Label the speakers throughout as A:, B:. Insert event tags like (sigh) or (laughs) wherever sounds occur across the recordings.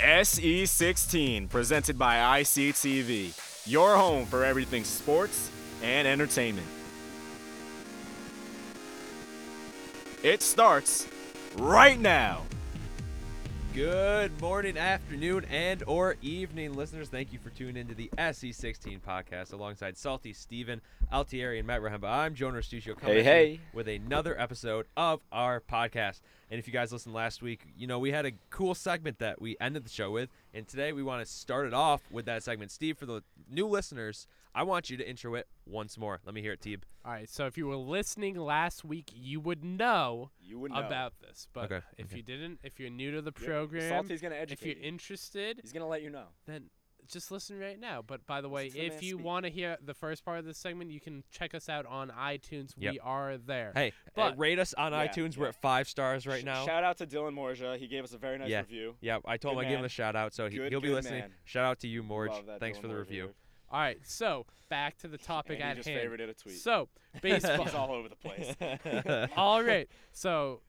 A: SE16, E presented by ICTV, your home for everything sports and entertainment. It starts right now.
B: Good morning, afternoon, and or evening, listeners. Thank you for tuning into the SE16 podcast alongside Salty, Steven, Altieri, and Matt Rahemba. I'm Joan Restuccio coming
C: Hey,
B: at you
C: hey.
B: with another episode of our podcast. And if you guys listened last week, you know we had a cool segment that we ended the show with, and today we want to start it off with that segment. Steve, for the new listeners, I want you to intro it once more. Let me hear it, Teeb.
D: All right, so if you were listening last week, you would know,
A: You would know.
D: about this. But
B: Okay,
D: if
B: okay.
D: you didn't, if you're new to the program,
C: Salty's gonna
D: if you're
C: educate you.
D: interested,
C: He's gonna let you know.
D: then just listen right now. But by the way,
C: Listen to the
D: if
C: man
D: you
C: speak.
D: want to hear the first part of this segment, you can check us out on iTunes.
B: Yep.
D: We are there.
B: Hey,
D: But-
B: uh, rate us on
C: Yeah,
B: iTunes. We're
C: yeah.
B: at five stars right
C: Sh-
B: now.
C: Shout out to Dylan Morja. He gave us a very nice
B: Yeah.
C: review.
B: yeah, I told
C: Good
B: him I give him
C: man.
B: a shout out, so he,
C: Good-
B: he'll be
C: good
B: listening.
C: man.
B: Shout out to you, Morge.
C: Love that
B: Thanks
C: Dylan
B: for the
C: Morja
B: review.
D: All right, so back to
C: (laughs)
D: the topic
C: and
D: at
C: he just
D: hand.
C: favorited a tweet.
D: So
C: (laughs) He's
D: baseball.
C: all over the
B: (laughs)
C: place. (laughs)
D: all right, so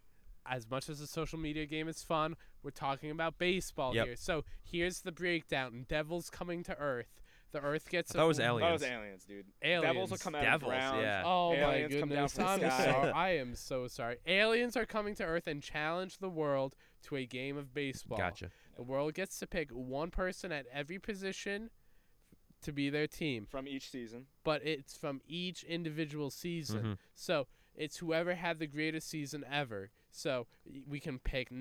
D: as much as the social media game is fun, we're talking about baseball
B: Yep.
D: here. So here's the breakdown: Devils coming to Earth. The Earth gets.
B: thought it was
D: a-
B: Alien.
C: That was
B: Aliens.
C: aliens, dude.
D: Aliens.
C: Devils will come out
B: Devils,
C: of the ground.
B: yeah.
D: Oh
C: Aliens
D: my
C: come down
D: goodness!
C: from the
D: I'm
C: sky.
D: sorry. I am so sorry. Aliens are coming to Earth and challenge the world to a game of baseball.
B: Gotcha.
D: The world gets to pick one person at every position to be their team,
C: From each season.
D: but it's from each individual season.
B: Mhm.
D: So it's whoever had the greatest season ever. So y- we can pick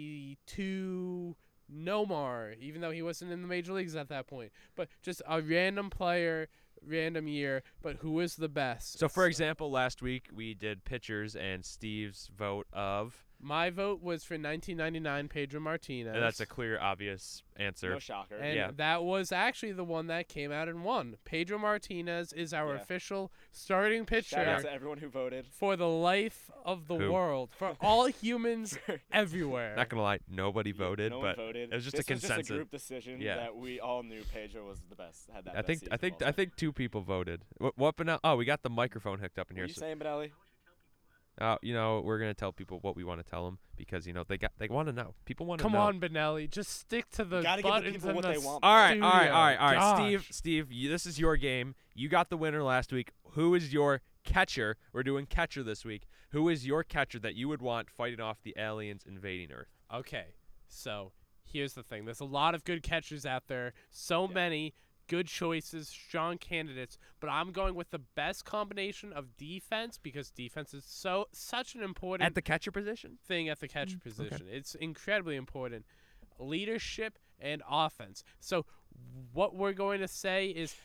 D: 1992 Nomar, even though he wasn't in the major leagues at that point, but just a random player, random year. But who is the best?
B: So, for example, last week we did pitchers and Steve's vote of,
D: my vote was for 1999 Pedro Martinez.
B: and that's a clear, obvious answer.
C: No shocker.
D: And
B: Yeah.
D: that was actually the one that came out and won. Pedro Martinez is our
C: Yeah.
D: official starting
C: Shout out
D: pitcher
C: to everyone who voted.
D: for the life of the
B: Who?
D: world,
B: (laughs)
D: for all humans everywhere.
B: Not gonna lie, nobody voted,
C: no one
B: but
C: voted.
B: it was just
C: This
B: a consensus.
C: just a group decision
B: Yeah.
C: that we all knew Pedro was the best. Had that
B: I
C: best
B: think I
C: season
B: think
C: also.
B: I think two people voted. What? what but now, oh, we got the microphone hooked up in
C: What are
B: here.
C: you
B: so-
C: saying, Benelli?
B: uh, you know, we're gonna tell people what we want to tell them because you know they got they want to know. People want to
D: Come
B: know. Uh,
D: on, Benelli, just stick to the
C: Gotta give the
D: buttons
C: people
D: and
C: what
D: the
C: they want.
B: All right, all right,
D: studio.
B: all right, all right. Steve,
D: Gosh.
B: Steve, you, this is your game. You got the winner last week. Who is your catcher? We're doing catcher this week. Who is your catcher that you would want fighting off the aliens invading Earth?
D: Okay, so here's the thing. There's a lot of good catchers out there. So many good choices, strong candidates. But I'm going with the best combination of defense because defense is so such an important
B: At the
C: (laughs)
B: catcher position?
D: thing at the catcher position. It's incredibly important. Leadership and offense. So what we're going to say is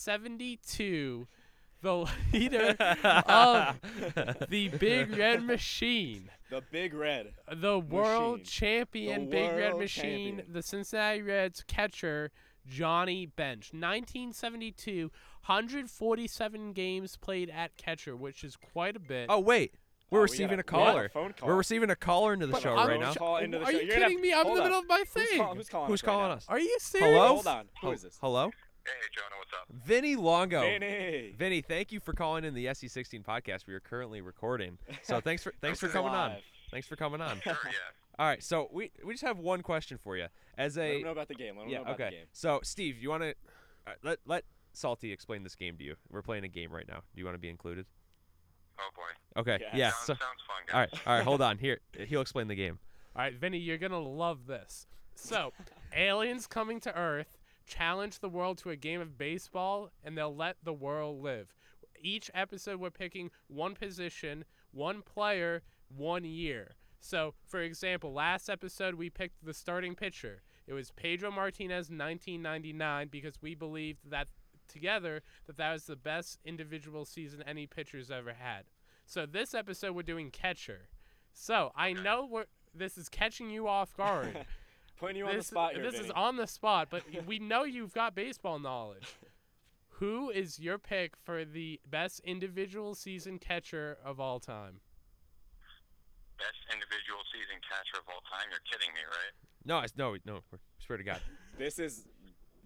D: 1972, the (laughs) leader (laughs) of the Big Red Machine,
C: The big red.
D: the world
C: Machine.
D: champion
C: The
D: Big Red
C: world
D: Machine,
C: champion.
D: the Cincinnati Reds catcher Johnny Bench. 1972, 147 games played at catcher, which is quite a bit.
B: Oh wait, we're
C: Oh, we
B: receiving
C: got
B: a
C: a- we got a
B: caller.
C: phone call.
B: We're receiving a caller into the
C: But
B: show
D: I'm
B: right now.
D: ch-
C: Call into the
D: Are
C: show.
D: you
C: You're gonna have-
D: kidding me? I'm in
C: hold
D: the
C: up.
D: middle of my
C: Who's
D: thing.
C: call- who's calling?
B: Who's
C: us right
B: calling
C: now?
B: us?
D: Are you serious?
B: Hello?
C: Hold on. Who
B: Hel-
C: is this?
B: Hello,
E: Hey, Jonah, what's up?
B: Vinny Longo.
C: Vinny.
B: Vinny, thank you for calling in the SC16 podcast. We are currently recording, so
C: (laughs)
B: thanks for thanks for
C: This is
B: coming on.
C: live.
B: Thanks for
C: (laughs)
B: coming on.
E: Sure, yeah.
B: All right, so we we just have one question for you. As
C: Let
B: a
C: him know about the game. Let him
B: yeah,
C: know about
B: okay.
C: the game.
B: So Steve, you want to let let Salty explain this game to you? We're playing a game right now. Do you want to be included?
E: Oh boy.
B: Okay.
C: Yes.
B: Yeah.
E: Sounds,
B: so,
E: sounds fun,
B: all
E: guys.
B: right, all right. Hold on. Here, he'll explain the game.
D: All right, Vinny, you're going to love this. So, aliens coming to Earth challenge the world to a game of baseball, and they'll let the world live. Each episode, we're picking one position, one player, one year. So, for example, last episode, we picked the starting pitcher. It was Pedro Martinez, 1999, because we believed that together that that was the best individual season any pitcher's ever had. So, this episode, we're doing catcher. So I know we're, this is catching you off guard.
C: (laughs) Putting you on the
D: this
C: spot here.
D: this
C: Vinny.
D: is on the spot,
C: (laughs)
D: but we know you've got baseball knowledge. Who is your pick for the best individual season catcher of all time?
E: Best individual season catcher of all time. You're kidding me, right?
B: No, it's, no, no. we swear to God.
C: This is.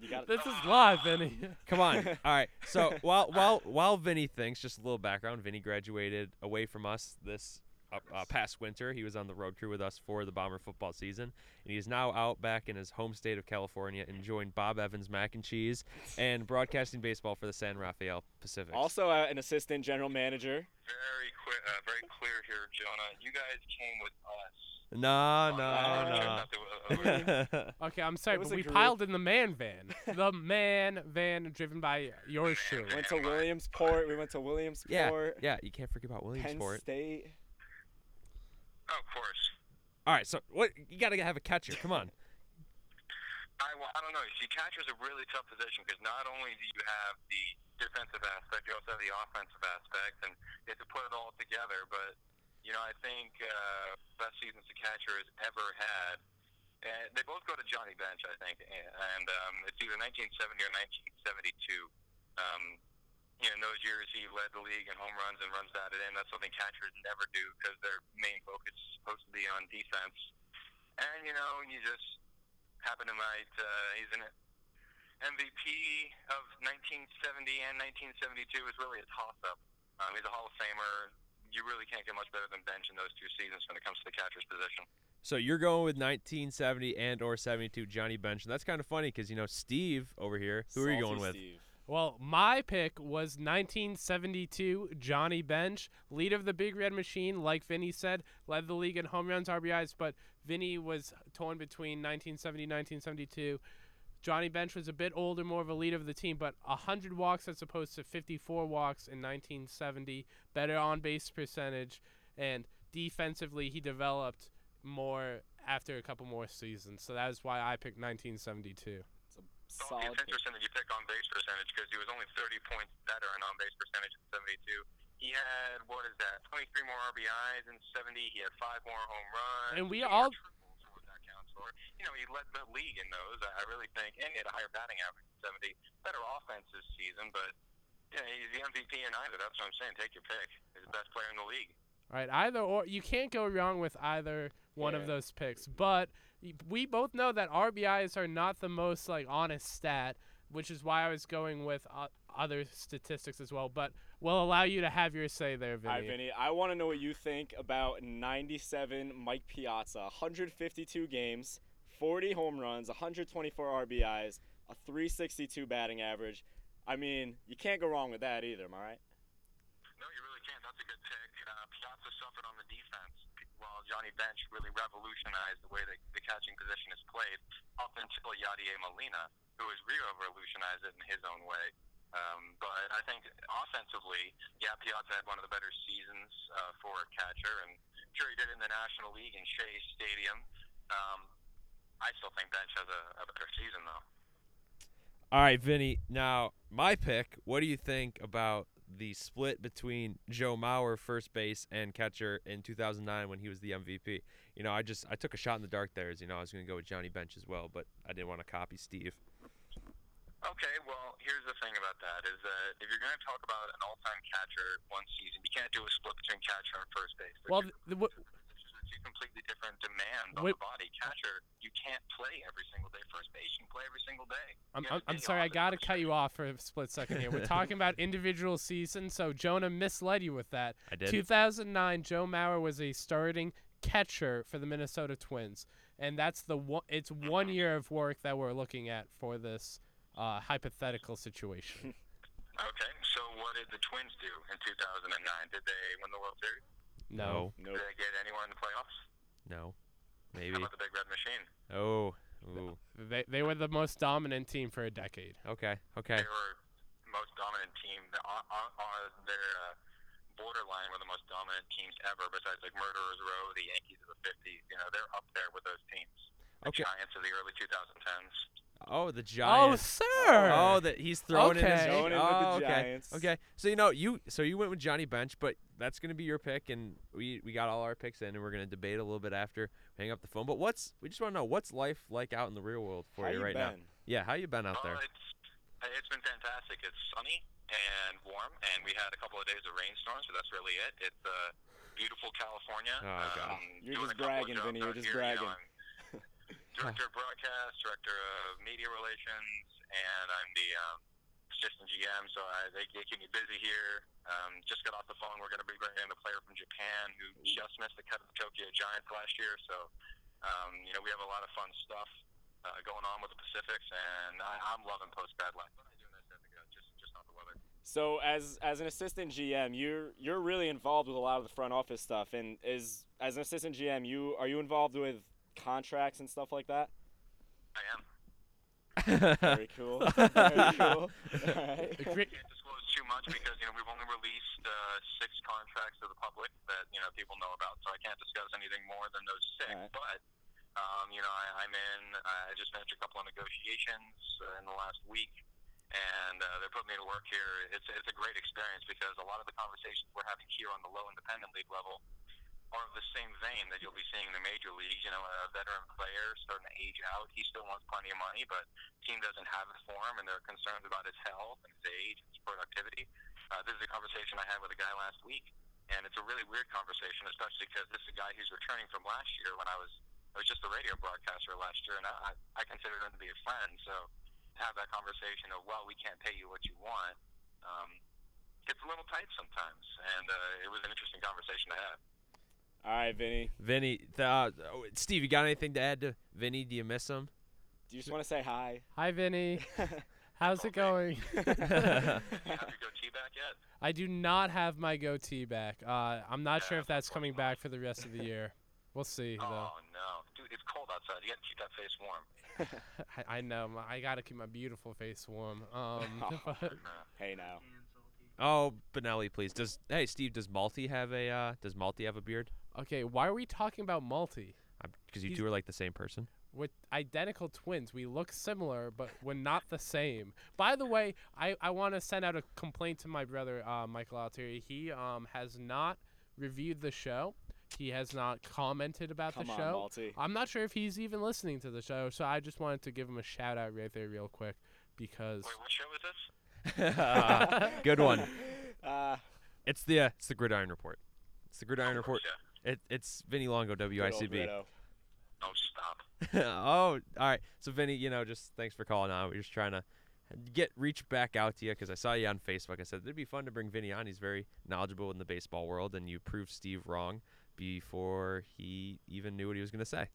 C: You got
D: This is live, Vinny.
B: Come on. All right. So while while while Vinny thinks, just a little background. Vinny graduated away from us this up, uh, past winter. He was on the road crew with us for the Bomber football season, and he is now out back in his home state of California enjoying Bob Evans mac and cheese and broadcasting baseball for the San Rafael Pacific.
C: Also, uh, an assistant general manager.
E: Very clear, uh, very clear here, Jonah. You guys came with us.
B: Oh, no,
E: Uh, there's
B: no,
E: nothing-
B: (laughs)
E: uh, uh,
B: no.
D: Okay, I'm sorry,
C: It was
D: but
C: a
D: we
C: group.
D: piled in the man
C: (laughs)
D: van. the man van driven by yours truly.
C: Went to Williamsport. We went to
B: yeah,
C: Williamsport.
B: yeah. You can't forget about
C: Penn
B: Williamsport.
C: State.
E: oh, of course.
B: All right, so what? You gotta have a catcher. Come on.
E: I, well, I don't know. You see, catcher's a really tough position because not only do you have the defensive aspect, you also have the offensive aspect, and you have to put it all together. But you know, I think uh, best seasons the catcher has ever had. And they both go to Johnny Bench, I think, and, and um, it's either 1970 or 1972. Um, you know, in those years he led the league in home runs and runs batted in. That's something catchers never do because their main focus is supposed to be on defense. And you know, you just happened to might uh, he's an MVP of 1970 and 1972 is really a toss-up. Um, he's a Hall of Famer. You really can't get much better than Bench in those two seasons when it comes to the catcher's position.
B: So you're going with 1970 and or 72 Johnny Bench, and that's kind of funny because you know Steve over here. Who are you
C: Salty
B: going with?
C: Steve.
D: Well, my pick was 1972 Johnny Bench, leader of the Big Red Machine. Like Vinny said, led the league in home runs, RBIs, but Vinny was torn between 1970 1972. Johnny Bench was a bit older, more of a leader of the team, but 100 walks as opposed to 54 walks in 1970. Better on base percentage, and defensively, he developed more after a couple more seasons. So that is why I picked 1972.
C: It's a
E: Well,
C: solid.
E: It's interesting that you pick on base percentage because he was only 30 points better in on base percentage in 72. He had what is that? 23 more RBIs in 70. He had five more home runs.
D: And we
E: two
D: all-
E: more triples, or what that counts for. You know, he led the league in those. I I really think, and he had a higher batting average in 70. Better offense this season, but yeah, he's the MVP in either. That's what I'm saying. Take your pick. He's the best player in the league.
D: All right, either or you can't go wrong with either one of
C: Yeah.
D: those picks. But y- we both know that RBIs are not the most like honest stat, which is why I was going with uh, other statistics as well. But we'll allow you to have your say there, Vinny.
C: All right, Vinny. I want to know what you think about 97 Mike Piazza, 152 games, 40 home runs, 124 RBIs, a 362 batting average. I mean, you can't go wrong with that either, am I right?
E: No, you really can't. That's a good pick. Uh, Piazza suffered on the defense, while Johnny Bench really revolutionized the way that the catching position is played up until Yadier Molina, who has revolutionized it in his own way. Um, but I think offensively, yeah, Piazza had one of the better seasons uh, for a catcher, and sure he did it in the National League in Shea Stadium. Um, I still think Bench has a, a better season, though.
B: All right, Vinny. Now my pick. What do you think about the split between Joe Mauer, first base and catcher, in 2009 when he was the MVP? You know, I just I took a shot in the dark there, as you know, I was gonna go with Johnny Bench as well, but I didn't want to copy Steve.
E: Okay, well, here's the thing about that is that if you're going to talk about an all-time catcher one season, you can't do a split between catcher and first base. They're
D: Well,
E: two
D: th- th- wh-
E: positions with two completely different demands on
D: Wait-
E: the body. Catcher, you can't play every single day. First base, you can play every single day.
D: I'm,
E: You
D: I'm,
E: have
D: I'm
E: day
D: sorry, I
E: off in
D: got to
E: first
D: cut you
E: base.
D: off for a split second here. We're talking about individual seasons, so Jonah misled you with that.
B: I did.
D: 2009, Joe Mauer was a starting catcher for the Minnesota Twins, and that's the one. It's
B: (clears throat)
D: one year of work that we're looking at for this uh, hypothetical
B: (laughs)
D: situation.
E: Okay, so what did the Twins do in 2009? Did they win the World Series?
D: no.
C: Nope.
E: Did they get anywhere in the playoffs?
B: no,
E: How
B: maybe.
E: about the Big Red Machine?
B: Oh, ooh.
D: They, they were the most dominant team for a decade.
B: Okay, okay.
E: They were the most dominant team. the- On, on, on their uh, borderline were the most dominant teams ever, besides like Murderers Row, the Yankees of the '50s. You know, they're up there with those teams. The
B: Okay.
E: Giants of the early 2010s.
B: Oh, the
D: Oh,
B: Giants.
D: sir.
B: Oh, that he's throwing in his name.
D: Okay. Throwing
C: in with the
B: Oh, okay.
C: Giants.
B: Okay. So you know you so you went with Johnny Bench, but that's gonna be your pick, and we we got all our picks in, and we're gonna debate a little bit after we hang up the phone. But what's we just want to know what's life like out in the real world for
C: How
B: you,
C: you
B: right now?
C: been?
B: Yeah, how you been out there?
E: Well, it's it's been fantastic. It's sunny and warm, and we had a couple of days of rainstorms, so that's really it. It's uh, beautiful California.
B: Oh, God.
E: um,
C: You're just
E: doing a couple of
C: bragging,
E: jobs
C: Vinny, you're
E: out
C: just
E: here,
C: bragging.
E: You know, I'm director of broadcast, director of media relations, and I'm the um, assistant GM, so I, they, they keep me busy here. I Um, just got off the phone. We're going to be bringing in a player from Japan who just missed the cut of the Tokyo Giants last year. So, um, you know, we have a lot of fun stuff uh, going on with the Pacifics, and I, I'm loving post bad life. But I do miss it, uh, just just not the weather.
C: So as as an assistant GM, you're you're really involved with a lot of the front office stuff. And is as an assistant GM, you are you involved with contracts and stuff like
B: (laughs)
C: that?
E: I am.
C: Very
B: (laughs)
C: cool. Very cool. (laughs) Alright.
D: Agree-
E: can't disclose too much because you know we've only released uh, six contracts to the public that you know people know about, so I can't discuss anything more than those six.
C: Alright.
E: But um, you know, I, I'm in. I just finished a couple of negotiations uh, in the last week, and uh, they're putting me to work here. It's it's a great experience because a lot of the conversations we're having here on the low independent league level are of the same vein that you'll be seeing in the major leagues. You know, a veteran player starting to age out, he still wants plenty of money, but team doesn't have it for him, and they're concerned about his health and his age and his productivity. Uh, this is a conversation I had with a guy last week, and it's a really weird conversation, especially because this is a guy who's returning from last year when I was I was just a radio broadcaster last year, and I I considered him to be a friend. So to have that conversation of well, we can't pay you what you want. Um, it's a little tight sometimes, and uh, it was an interesting conversation to have.
C: All right, Vinny.
B: Vinny, th- uh, oh, Steve, you got anything to add to Vinny? Do you miss him?
C: Do you just want to say
B: (laughs)
C: hi?
D: Hi, Vinny. How's it going?
E: have your goatee back
B: (laughs)
E: yet?
D: I do not have my goatee back. Uh, I'm not sure if that's coming back for the rest of the year. We'll see, though.
E: Oh no, dude, it's cold outside. You got to keep that face
D: (laughs)
E: warm.
D: I, I know. My, I got to keep my beautiful face warm.
B: (laughs)
D: Um, (laughs) but-
C: hey now.
B: Oh, Benelli, please. Does hey Steve? Does Malty have a uh, Does Malty have a beard?
D: okay, why are we talking about Malty?
B: Because you
D: He's-
B: two are like the
C: (laughs)
B: same person. (laughs)
D: with identical twins. We look similar, but we're not the same. By the way, I, I want to send out a complaint to my brother, uh, Michael Altieri. He um, has not reviewed the show. He has not commented about
C: Come
D: the
C: on,
D: show.
C: Malty.
D: I'm not sure if he's even listening to the show, so I just wanted to give him a shout out right there, real quick, because
E: Wait, what show is this?
B: Ah,
C: (laughs)
B: good one.
C: Uh,
B: It's the uh, it's the Gridiron Report. It's the Gridiron Report.
E: Yeah.
B: It, it's Vinny Longo,
C: good old
B: WICB.
C: Brito.
E: Oh,
B: (laughs)
E: stop.
B: oh, all right. So Vinny, you know, just thanks for calling on. We're just trying to get reach back out to you because I saw you on Facebook. I said it'd be fun to bring Vinny on. He's very knowledgeable in the baseball world, and you proved Steve wrong before he even knew what he was gonna say.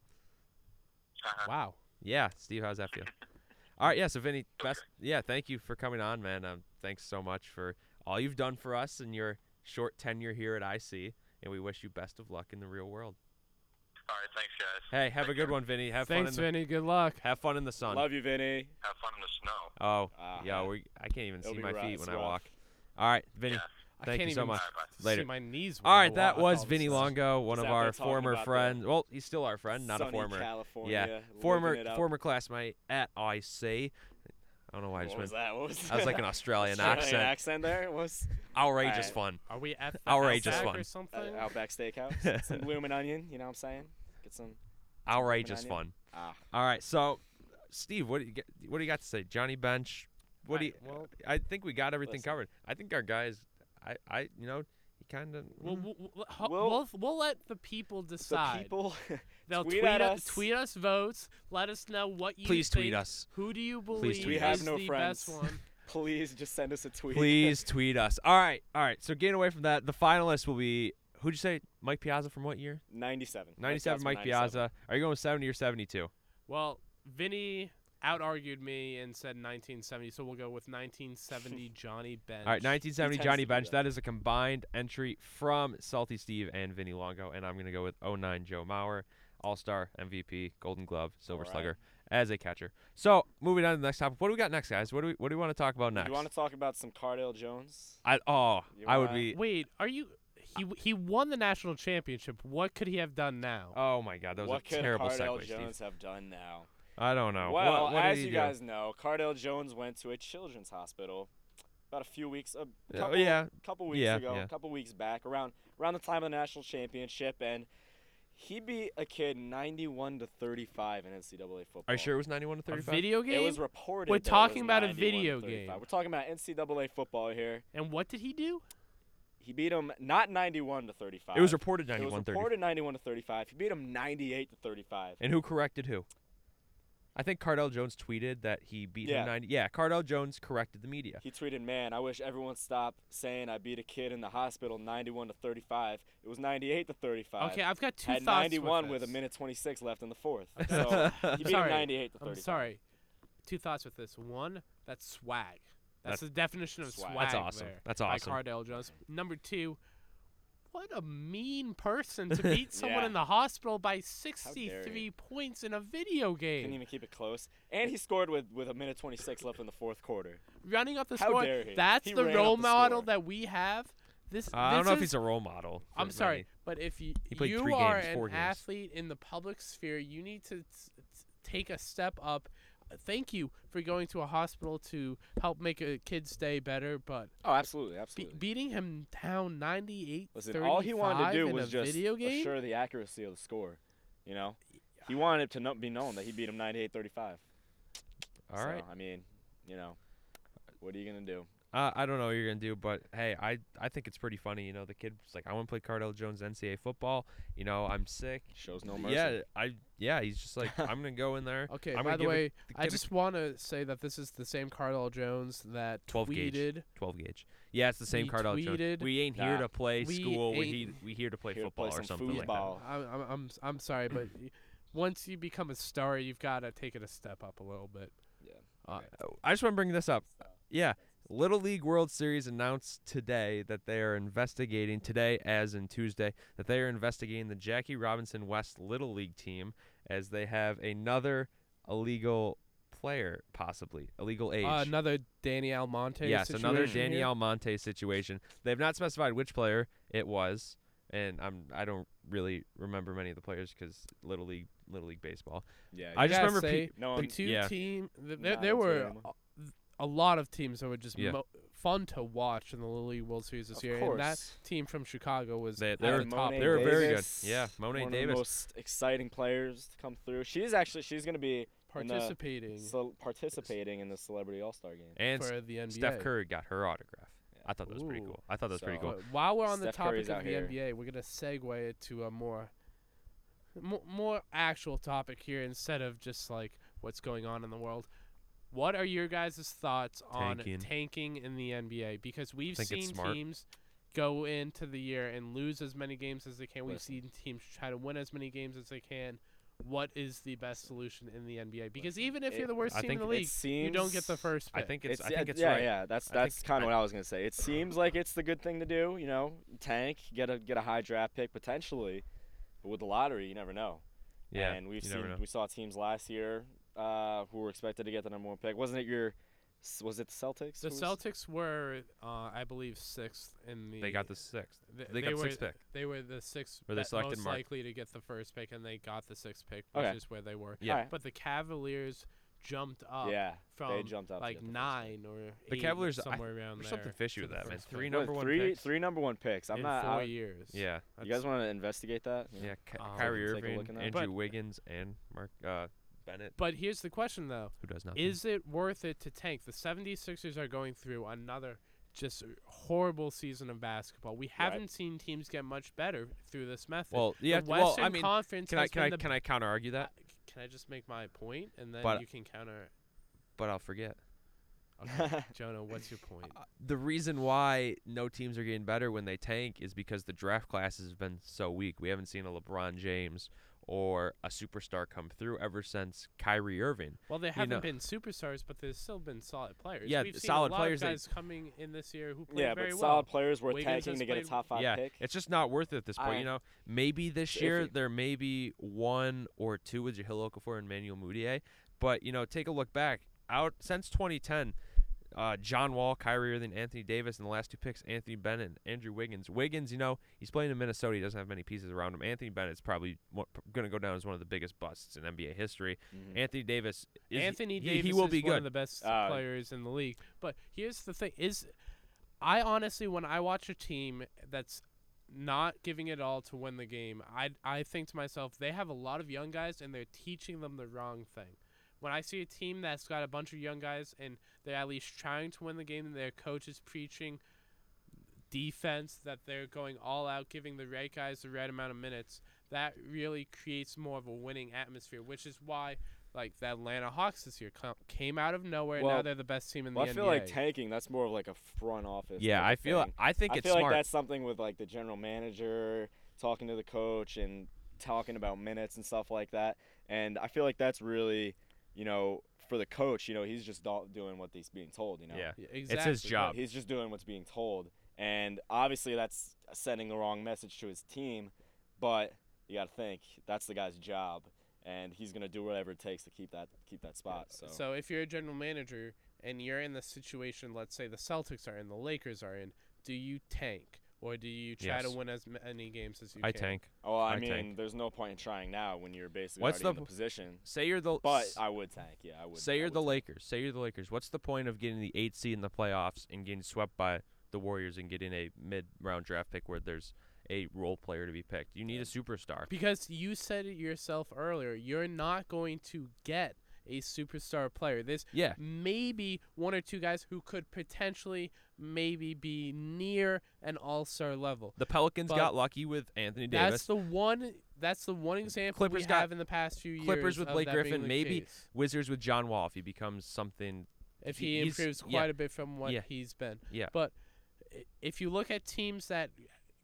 E: Uh-huh.
D: wow.
B: Yeah, Steve, how's that feel? all right, yeah. So Vinny, best. Yeah, thank you for coming on, man. Um, thanks so much for all you've done for us in your short tenure here at IC, and we wish you best of luck in the real world.
E: All right, thanks, guys.
B: Hey, have a
E: Take
B: good
E: care.
B: one, Vinny. Have fun.
D: Thanks,
B: In the,
D: Vinny. Good luck.
B: have fun in the sun.
C: Love you, Vinny.
E: Have fun in the snow.
B: Oh,
C: Ah,
B: yeah,
C: man.
B: we, I can't even
C: It'll
B: see
C: be
B: my
C: rough.
B: feet
C: It's
B: when I
C: rough.
B: walk. All right, Vinny.
E: Yeah.
D: I
B: Thank
D: can't
B: you so
D: even
B: much.
E: All right, bye.
B: Later.
D: See my knees. when
B: All
D: I
B: right, that
D: walk all
B: was
D: of a
B: Vinny
D: sudden.
B: Longo, one of
C: Sad they're
B: our
C: talking
B: former
C: about that.
B: friends. Well, he's still our friend, not
C: Sunny
B: a former.
C: California.
B: yeah,
C: living
B: former
C: it up.
B: former classmate at IC. I don't know why I just
C: What was
B: went.
C: that? What was
B: I was like an
C: (laughs) that?
B: Australian
C: Australian
B: accent.
C: accent there It was
B: Outrageous
C: Alright.
B: fun.
D: Are we at the
B: Outrageous
D: Outback
B: one.
D: or
B: Uh,
C: uh,
D: something?
C: Outback Steakhouse.
B: (laughs)
C: some blooming onion. You know what I'm saying? Get some.
B: Outrageous
C: onion.
B: fun.
C: Ah,
B: All right, so Steve, what do you get, what do you got to say? Johnny Bench. What do you,
D: Right, well-
B: I think we got everything
C: Listen.
B: covered. I think our guys. I I you mm, know he kind of.
D: We'll, we'll, we'll, ho-
C: Mm-hmm. Well,
D: we'll, we'll let the people
C: so
D: decide.
C: people. (laughs)
D: They'll
C: tweet
D: tweet,
C: at
D: u-
C: us.
D: tweet us votes. Let us know what you
B: Please tweet
D: think.
B: us.
D: Who do you believe
B: Please tweet
C: We have
D: is
C: no
D: the
C: friends.
D: best
C: (laughs)
D: one?
C: Please just send us a tweet. (laughs)
B: Please tweet us. All right, all right. So getting away from that, the finalists will be who'd you say? Mike Piazza from what year?
C: 97. Mike
B: Ninety-seven.
C: Piazza,
B: Mike
C: 97.
B: Piazza. Are you going seventy or seventy-two?
D: Well, Vinny out argued me and said 1970, so we'll go with
C: (laughs)
D: 1970 Johnny Bench.
B: All right, nineteen seventy.
C: tends to
B: Johnny
C: do
B: Bench.
C: that.
B: That is a combined entry from Salty Steve and Vinny Longo, and I'm gonna go with 09 Joe Mauer, All-Star, MVP, Golden Glove, Silver
C: All right.
B: Slugger as a catcher. So moving on to the next topic. What do we got next, guys? What do we What do we want to talk about next?
C: You want to talk about some Cardale Jones?
B: I oh,
C: You
B: I would
C: wanna-
B: be.
D: Wait, are you? He
C: Uh,
D: w- he won the national championship. What could he have done now?
B: Oh my God, that was
C: what
B: a
C: could
B: terrible
C: Cardale
B: segue, Steve.
C: Jones have done now?
B: I don't know. What-
C: Well,
B: what, did
C: as
B: he
C: you
B: do?
C: guys know, Cardale Jones went to a children's hospital about a few weeks, a
B: Uh,
C: couple,
B: yeah.
C: couple weeks
B: Yeah,
C: ago,
B: yeah.
C: a couple weeks back, around around the time of the national championship, and he beat a kid 91 to 35 in NCAA football.
B: Are you sure it was 91 to
D: A
B: 35?
D: video game.
C: It was reported.
D: We're
C: that it
D: talking
C: was
D: about a
C: 91 to
D: video
C: 35.
D: game.
C: We're talking about NCAA football here.
D: and what did he do?
C: He beat him not 91 to 35.
B: It was reported
C: It was
B: 91 30.
C: reported 91 to 35. He beat him 98 to 35.
B: And who corrected who? I think Cardell Jones tweeted that he beat
C: Yeah.
B: him 90. Yeah, Cardell Jones corrected the media.
C: He tweeted, "Man, I wish everyone stopped saying I beat a kid in the hospital 91 to 35. It was 98 to 35."
D: Okay, I've got two
C: Had
D: thoughts
C: 91
D: with,
C: with,
D: this.
C: a minute 26 left in the
D: (laughs)
C: fourth. (laughs) So he beat him
D: Sorry.
C: 98 to 35.
D: I'm sorry. Two thoughts with this. One, that's swag.
B: That's-
D: That's, the definition of swag.
C: Swag.
B: That's awesome.
D: there
B: That's
D: by
B: awesome.
D: Cardell Jones. Number two, what a mean person
B: (laughs)
D: to beat someone
C: Yeah.
D: in the hospital by
C: you.
D: 63 points in a video game.
C: Couldn't even keep it close. And he scored with, with a minute 26 left in the fourth quarter.
D: Running up the
C: How
D: score.
C: dare he.
D: That's
C: He
D: the
C: ran up
D: role
C: the
D: model
C: score.
D: that we have. This,
B: Uh, I don't
D: this
B: know if
D: is-
B: he's a role model. for
D: I'm sorry,
B: many.
D: but if you
B: He played
D: you
B: three
D: are
B: games,
D: an
B: four games.
D: athlete in the public sphere, you need to t- t- take a step up. Uh, Thank you for going to a hospital to help make a kid's day better, but
C: Oh, absolutely,
D: be-
C: absolutely.
D: beating him down 98
C: Listen, all he wanted
D: 35
C: to do
D: in a
C: was just
D: video game.
C: assure the accuracy of the score. You know, he wanted it to no- be known that he beat him 98-35.
B: All right.
C: I mean, you know, what are you gonna do?
B: Uh, I don't know what you're gonna do, but hey, I I think it's pretty funny. You know, the kid's like, I want to play Cardell Jones NCAA football. You know, I'm sick.
C: Shows no mercy.
B: Yeah, I yeah. He's just like, I'm gonna go in there.
D: Okay,
B: I'm
D: by
B: gonna
D: the
B: give
D: way,
B: the
D: I
B: kid a
D: just want to say that this is the same Cardell Jones that
B: 12
D: tweeted
B: gauge. 12 gauge. Yeah, it's the same
D: We
B: Cardell Jones.
D: tweeted-
B: We ain't here
C: Nah.
B: to play
D: We
B: school. We he,
D: ain't
B: we here to play
C: Here to
B: football
C: play
B: or
C: some
B: something like that.
C: foosball.
D: I'm, I'm, I'm, s- I'm sorry, but y- once you become a star, you've got to take it a step up a little bit.
C: Yeah.
D: Uh,
B: I just want to bring this up. Yeah. Little League World Series announced today that they are investigating, today as in Tuesday, that they are investigating the Jackie Robinson West Little League team as they have another illegal player, possibly, illegal age.
D: Uh, another Danny Almonte.
B: yes, another
D: situation
B: Danny
D: here.
B: Almonte situation. They've not specified which player it was, and I'm I don't really remember many of the players because Little League Little League baseball.
C: Yeah.
B: I
D: I
B: just
D: gotta
B: remember pe-
D: say,
C: no
D: the
C: one.
D: two
B: yeah.
D: team. th- There,
C: Not into
D: there
C: it
D: were
C: anymore.
D: a, a lot of teams that were just
B: Yeah.
D: mo- fun to watch in the Little League World Series this
C: Of
D: year, and that
C: course.
D: team from Chicago was
B: They-
D: at
B: they were-
D: the top.
C: Monet
B: they were
D: of the
B: very good.
C: Davis,
B: Yeah, Monet
C: one Of
B: Davis.
C: the most exciting players to come through. She's actually she's gonna be in the
D: participating
C: cel- participating in the Celebrity All Star game.
B: And
D: for the NBA.
B: Steph Curry got her autograph. I thought that was pretty
D: Ooh.
B: cool. I thought that was pretty
C: So-
B: cool.
D: But while we're on the
C: Steph
D: topic
C: Curry's
D: of
C: out
D: the
C: here.
D: NBA, we're gonna segue it to a more, more more actual topic here instead of just like what's going on in the world. What are your guys' thoughts
B: Tanking.
D: on tanking in the NBA? Because we've
B: Think it's
D: seen
B: smart.
D: teams go into the year and lose as many games as they can. We've
C: Listen.
D: seen teams try to win as many games as they can. What is the best solution in the NBA? Because even if
C: it-
D: you're the worst
B: I
D: team in
B: think
D: the
C: it
D: league, you don't get the
C: seems-
D: first
B: I
D: pick.
B: think it's, I think
C: yeah,
B: it's
C: yeah,
B: right.
C: yeah. That's
B: I think-
C: that's kind of
B: I-
C: what I was gonna say. It seems like it's the good thing to do. You know, tank, get a get a high draft pick potentially, but with the lottery, you never know.
B: Yeah.
C: and we've
B: you
C: seen
B: never know.
C: we saw teams last year uh, who were expected to get the number one pick. Wasn't it your? s- Was it the Celtics?
D: the
C: who was-
D: Celtics were, uh, I believe, sixth in the.
B: They got the sixth.
D: Th-
B: They got the
D: were,
B: sixth pick.
D: They were the sixth
B: Or they
D: be-
B: selected
D: most
B: Mark.
D: likely to get the first pick, and they got the sixth pick, which
C: Okay.
D: is where they were.
B: Yeah.
C: Alright.
D: But the Cavaliers jumped up
C: Yeah,
D: from
C: they jumped up to
D: like
C: get the first pick.
D: nine or
B: The
D: eight,
B: Cavaliers, I-
D: somewhere around
B: There's
D: there.
B: something fishy
D: to
B: with
D: the
B: that, man.
D: first
B: Three
D: pick.
B: number
C: What,
B: one
C: three
B: picks.
C: three number one picks. I'm
D: in
C: not.
D: four
C: I,
D: years.
B: Yeah.
C: you guys want to investigate that?
B: Yeah. Ky-
D: Um,
B: Kyrie
C: take a
B: Irving,
C: look in that.
B: Andrew Wiggins, and Mark uh, Bennett,
D: But here's the question, though:
B: who does not.
D: Is it worth it to tank? The 76ers are going through another just horrible season of basketball. We haven't seen teams get much better through this method.
B: (laughs) Well,
D: the
B: yeah. Well,
D: Western
B: I mean,
D: Conference
B: can I
D: has
B: can
D: been
B: I
D: the
B: can I counter argue that?
D: Can I just make my point and then
B: But-
D: you can counter?
B: But I'll forget. (laughs)
D: Okay, Jonah, what's your point?
B: Uh, the reason why no teams are getting better when they tank is because the draft class has been so weak. We haven't seen a LeBron James or a superstar come through ever since Kyrie Irving.
D: Well, they
B: you
D: haven't
B: know-
D: been superstars, but there's still been solid players.
B: Yeah,
D: We've
B: th-
D: seen
B: solid
D: a lot
B: players
D: Of
B: that-
D: guys coming in this year who played
C: Yeah,
D: very
C: but
D: well.
C: solid players were
D: Wiggins
C: tanking
D: has
C: to get a
D: played-
C: top five
B: yeah,
C: pick.
B: it's just not worth it at this point.
C: I-
B: you know, maybe this
C: It's
B: year
C: iffy.
B: there may be one or two with Jahil Okafor and Manuel Mudiay, but you know, take a look back out since 2010. Uh, John Wall, Kyrie Irving, Anthony Davis, and the last two picks, Anthony Bennett and Andrew Wiggins. Wiggins, you know, he's playing in Minnesota. He doesn't have many pieces around him. Anthony Bennett's probably going to go down as one of the biggest busts in NBA history.
C: Mhm.
B: Anthony Davis, is,
D: Anthony
B: he,
D: Davis
B: he will
D: is
B: be
D: one
B: good.
D: of the best
C: Uh,
D: players in the league. But here's the thing: is I honestly, when I watch a team that's not giving it all to win the game, I I think to myself they have a lot of young guys and they're teaching them the wrong thing. When I see a team that's got a bunch of young guys and they're at least trying to win the game, and their coach is preaching defense that they're going all out, giving the right guys the right amount of minutes, that really creates more of a winning atmosphere, which is why like the Atlanta Hawks this year com- came out of nowhere. and
C: Well,
D: now they're the best team in
C: Well,
D: the
C: I
D: NBA.
C: feel like tanking. That's more of like a front office.
B: Yeah,
C: type
B: I
C: of
B: feel
C: thing.
B: I think
C: I
B: it's
C: feel
B: smart.
C: like that's something with like the general manager talking to the coach and talking about minutes and stuff like that. And I feel like that's really, you know, for the coach, you know, he's just do- doing what he's being told. You know,
B: Yeah.
D: Yeah,
B: his
D: exactly.
B: job.
C: He's just doing what's being told, and obviously that's sending the wrong message to his team. But you got to think that's the guy's job, and he's gonna do whatever it takes to keep that keep that spot. So,
D: So if you're a general manager and you're in the situation, let's say the Celtics are in, the Lakers are in, do you tank or do you try to
B: Yes.
D: win as many games as you
B: I
D: can?
B: tank.
C: oh, I,
B: I
C: mean,
B: tank.
C: there's no point in trying now when you're basically
B: What's
C: already in
B: the-
C: the position.
B: Say you're the
C: But I would tank. Yeah, I would.
B: say
C: I
B: you're
C: would
B: the
C: tank.
B: Lakers. Say you're the Lakers. What's the point of getting the eight seed in the playoffs and getting swept by the Warriors and getting a mid-round draft pick where there's a role player to be picked? You need a superstar.
D: Because you said it yourself earlier, you're not going to get a superstar player. There's
B: Yeah.
D: maybe one or two guys who could potentially maybe be near an all-star level.
B: The Pelicans
D: But
B: got lucky with Anthony Davis.
D: That's the one. That's the one example
B: Clippers
D: we
B: got-
D: have in the past few years.
B: Clippers with
D: of
B: Blake
D: that being
B: Griffin,
D: the
B: maybe
D: case.
B: Wizards with John Wall if he becomes something.
D: if
B: he-
D: he
B: he's-
D: improves
B: yeah.
D: quite a bit from what
B: Yeah.
D: he's been.
B: Yeah.
D: But i- if you look at teams that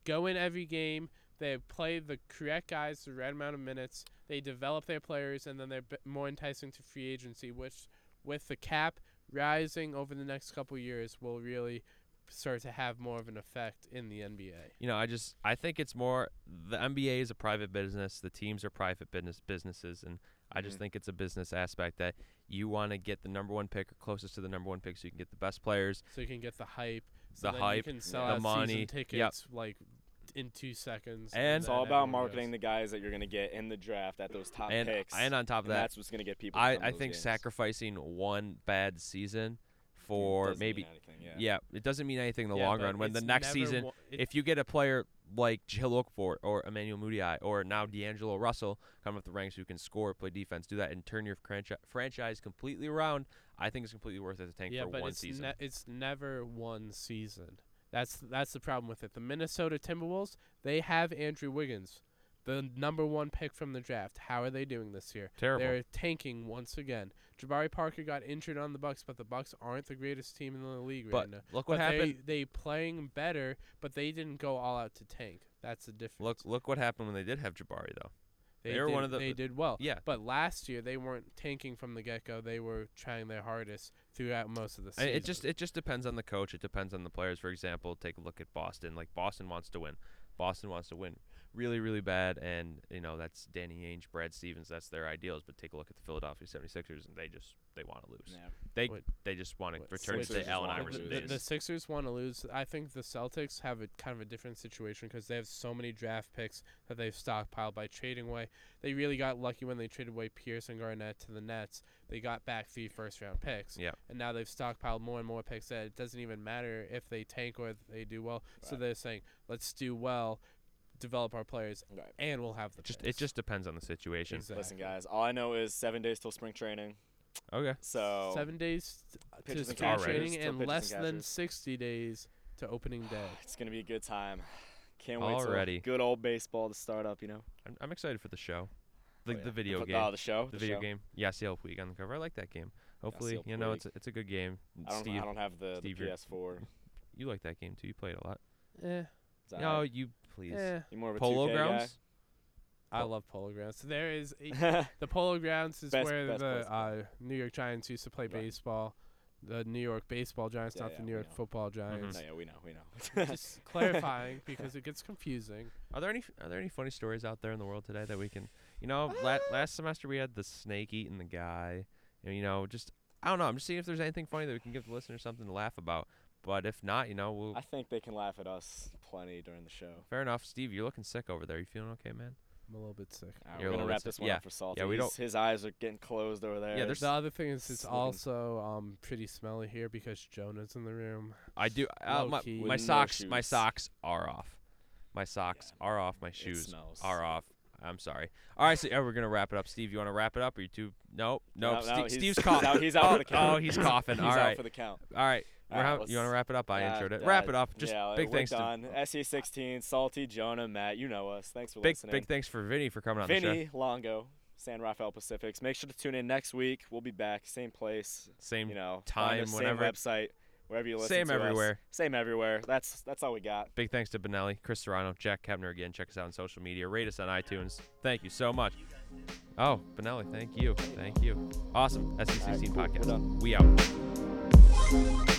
D: go in every game, they play the correct guys the right amount of minutes, they develop their players, and then they're b- more enticing to free agency, which with the cap rising over the next couple years will really start to have more of an effect in the NBA.
B: You know, I just I think it's more the NBA is a private business. The teams are private business businesses, and I
D: Mm-hmm.
B: just think it's a business aspect that you want to get the number one pick or closest to the number one pick so you can get the best players.
D: So you can get the hype, so
B: The
D: then
B: hype,
D: you can sell
B: the
D: out
B: money,
D: season
B: yep.
D: tickets like in two seconds.
B: And-
C: It's
D: then
C: all about
D: everyone goes.
C: marketing the guys that you're gonna get in the draft at those top
B: and
C: picks.
B: and on top of
C: and
B: that,
C: that's what's gonna get people. to
B: I
C: come to
B: I
C: those
B: think
C: games.
B: sacrificing one bad season for
C: Doesn't mean
B: maybe
C: anything,
B: yeah.
C: yeah.
B: it doesn't mean anything in the
D: Yeah,
B: long
D: but
B: run when the
D: it's
B: next
D: never
B: season
D: wa- it-
B: if you get a player like Jill Okafor or Emmanuel Mudiay or now D'Angelo Russell come up the ranks who can score, play defense, do that, and turn your franchi- franchise completely around, I think it's completely worth it to tank
D: yeah,
B: for
D: but
B: one
D: it's
B: season.
D: ne- it's never one season. That's that's the problem with it. The Minnesota Timberwolves they have Andrew Wiggins, the number one pick from the draft. How are they doing this year?
B: Terrible.
D: They're tanking once again. Jabari Parker got injured on the Bucks, but the Bucks aren't the greatest team in the league
B: But
D: right now.
B: look what
D: But they-
B: happened-
D: They, playing better, but they didn't go all out to tank. That's the difference.
B: look look what happened when they did have Jabari though.
D: They,
B: They're
D: did,
B: one of the-
D: they did well.
B: yeah.
D: But last year they weren't tanking from the get go. They were trying their hardest throughout most of the
B: I-
D: season.
B: It just it just depends on the coach. It depends on the players. For example, take a look at Boston. Like Boston wants to win. Boston wants to win really really bad, and you know that's Danny Ainge, Brad Stevens. That's their ideals. But take a look at the Philadelphia 76ers, and they just they want to lose.
C: Yeah.
B: They
D: What-
B: they just want to
D: what-
B: return to
C: Sixers
B: the Allen
C: want to
B: Iverson
D: the,
C: lose.
B: days.
D: the Sixers want to lose. I think the Celtics have a kind of a different situation because they have so many draft picks that they've stockpiled by trading away. They really got lucky when they traded away Pierce and Garnett to the Nets. They got back three first round picks.
B: Yep.
D: And now they've stockpiled more and more picks that it doesn't even matter if they tank or they do well. So
C: Right.
D: they're saying, let's do well, develop our players,
C: Right.
D: and we'll have the
B: just it
D: picks."
B: just depends on the situation.
D: Exactly.
C: Listen, guys, all I know is seven days till spring training.
B: Okay.
C: So
D: seven days t- to
C: Pitchers and
D: spring
B: catchers,
D: training
C: still pitchers
D: and
C: and
D: less than
C: catchers.
D: 60 days to opening day.
C: it's gonna be a good time. Can't wait
B: Already.
C: till good old baseball to start up. You know,
B: I'm, I'm excited for the show, the,
C: Oh, yeah.
B: the video
C: fo-
B: game,
C: Oh, the show.
B: the, video
C: show.
B: game. Yasiel Puig on the cover. I like that game. Hopefully,
C: Yasiel
B: you know
C: Puig.
B: it's a, it's a good game.
C: I don't.
B: Steve,
C: I don't have the, the
B: Steve, you're-
C: PS4.
B: you like that game too. You play it a lot.
D: (sighs) Eh,
C: It's all
B: No,
C: right.
B: you please.
D: eh.
C: you more of a
B: Polo
C: 2K
B: grounds.
D: I
B: Pol-
D: love Polo Grounds. So there is (laughs) a,
C: guy?
D: the Polo Grounds is
C: Best-
D: where
C: best place to
D: the
C: play.
D: uh, New York Giants used to play
C: Right.
D: baseball. The New York baseball Giants,
C: Yeah,
D: not
C: yeah,
D: the New
C: we
D: York
C: know. Mm-hmm.
D: football
C: (laughs)
D: Giants.
C: no, yeah, we know, (laughs) we
B: (laughs)
C: know.
D: (laughs) Just clarifying because it gets confusing.
B: Are there any are there any funny stories out there in the world today that we can you know,
C: Uh.
B: la- last semester we had the snake eating the guy. And you know, just I don't know, I'm just seeing if there's anything funny that we can give the listeners something to laugh about. But if not, you know, we'll
C: I think they can laugh at us plenty during the show.
B: fair enough. Steve, you're looking sick over there. You feeling okay, man?
D: I'm a little bit sick.
C: All right,
B: You're a
C: we're gonna
B: little bit
C: wrap
B: sick.
C: this one
B: Yeah.
C: up for salty.
B: Yeah, we
C: His-
B: don't-
C: His eyes are getting closed over there.
B: Yeah, there's-
D: The other thing is it's
C: Slipping.
D: also um, pretty smelly here because Jonah's in the room.
B: I do uh,
D: Low
B: my,
D: key.
B: my
C: With no
B: socks my
C: shoes.
B: socks are off. My socks are off, my shoes
C: smells.
B: are off. I'm sorry. All right, so yeah, we're gonna wrap it up. Steve, you want to wrap it up? Are you too? Nope,
C: No,
B: nope.
C: no, (laughs)
B: Ste-
C: he's-
B: Steve's
C: he's
B: coughing.
C: out- he's out for
B: oh,
C: the count.
B: oh, he's
C: (laughs)
B: coughing.
C: He's
B: All
C: out
B: right.
C: for the count.
B: All right.
C: All
B: we're
C: right,
B: hou- you want to
C: let's-
B: wrap it up? I
C: Yeah,
B: introed it.
C: yeah,
B: wrap it up. Just
C: yeah,
B: big
C: we're
B: thanks to
C: done. SE sixteen, Salty, Jonah, Matt. You know us. Thanks for
B: big
C: listening.
B: big thanks for Vinny for coming on the show.
C: Vinny Longo. San Rafael Pacifics. Make sure to tune in next week. We'll be back, same place,
B: Same
C: you know,
B: time,
C: on the same
B: whenever-
C: website, wherever you listen.
B: Same
C: to us.
B: everywhere.
C: Same everywhere. That's that's all we got.
B: Big thanks to Benelli, Chris Serrano, Jack Kepner again. Check us out on social media. Rate us on iTunes. Thank you so much. Oh, Benelli, thank you. Thank you. Awesome. E SC16
C: All right, cool. We're
B: Podcast.
C: done.
B: We out.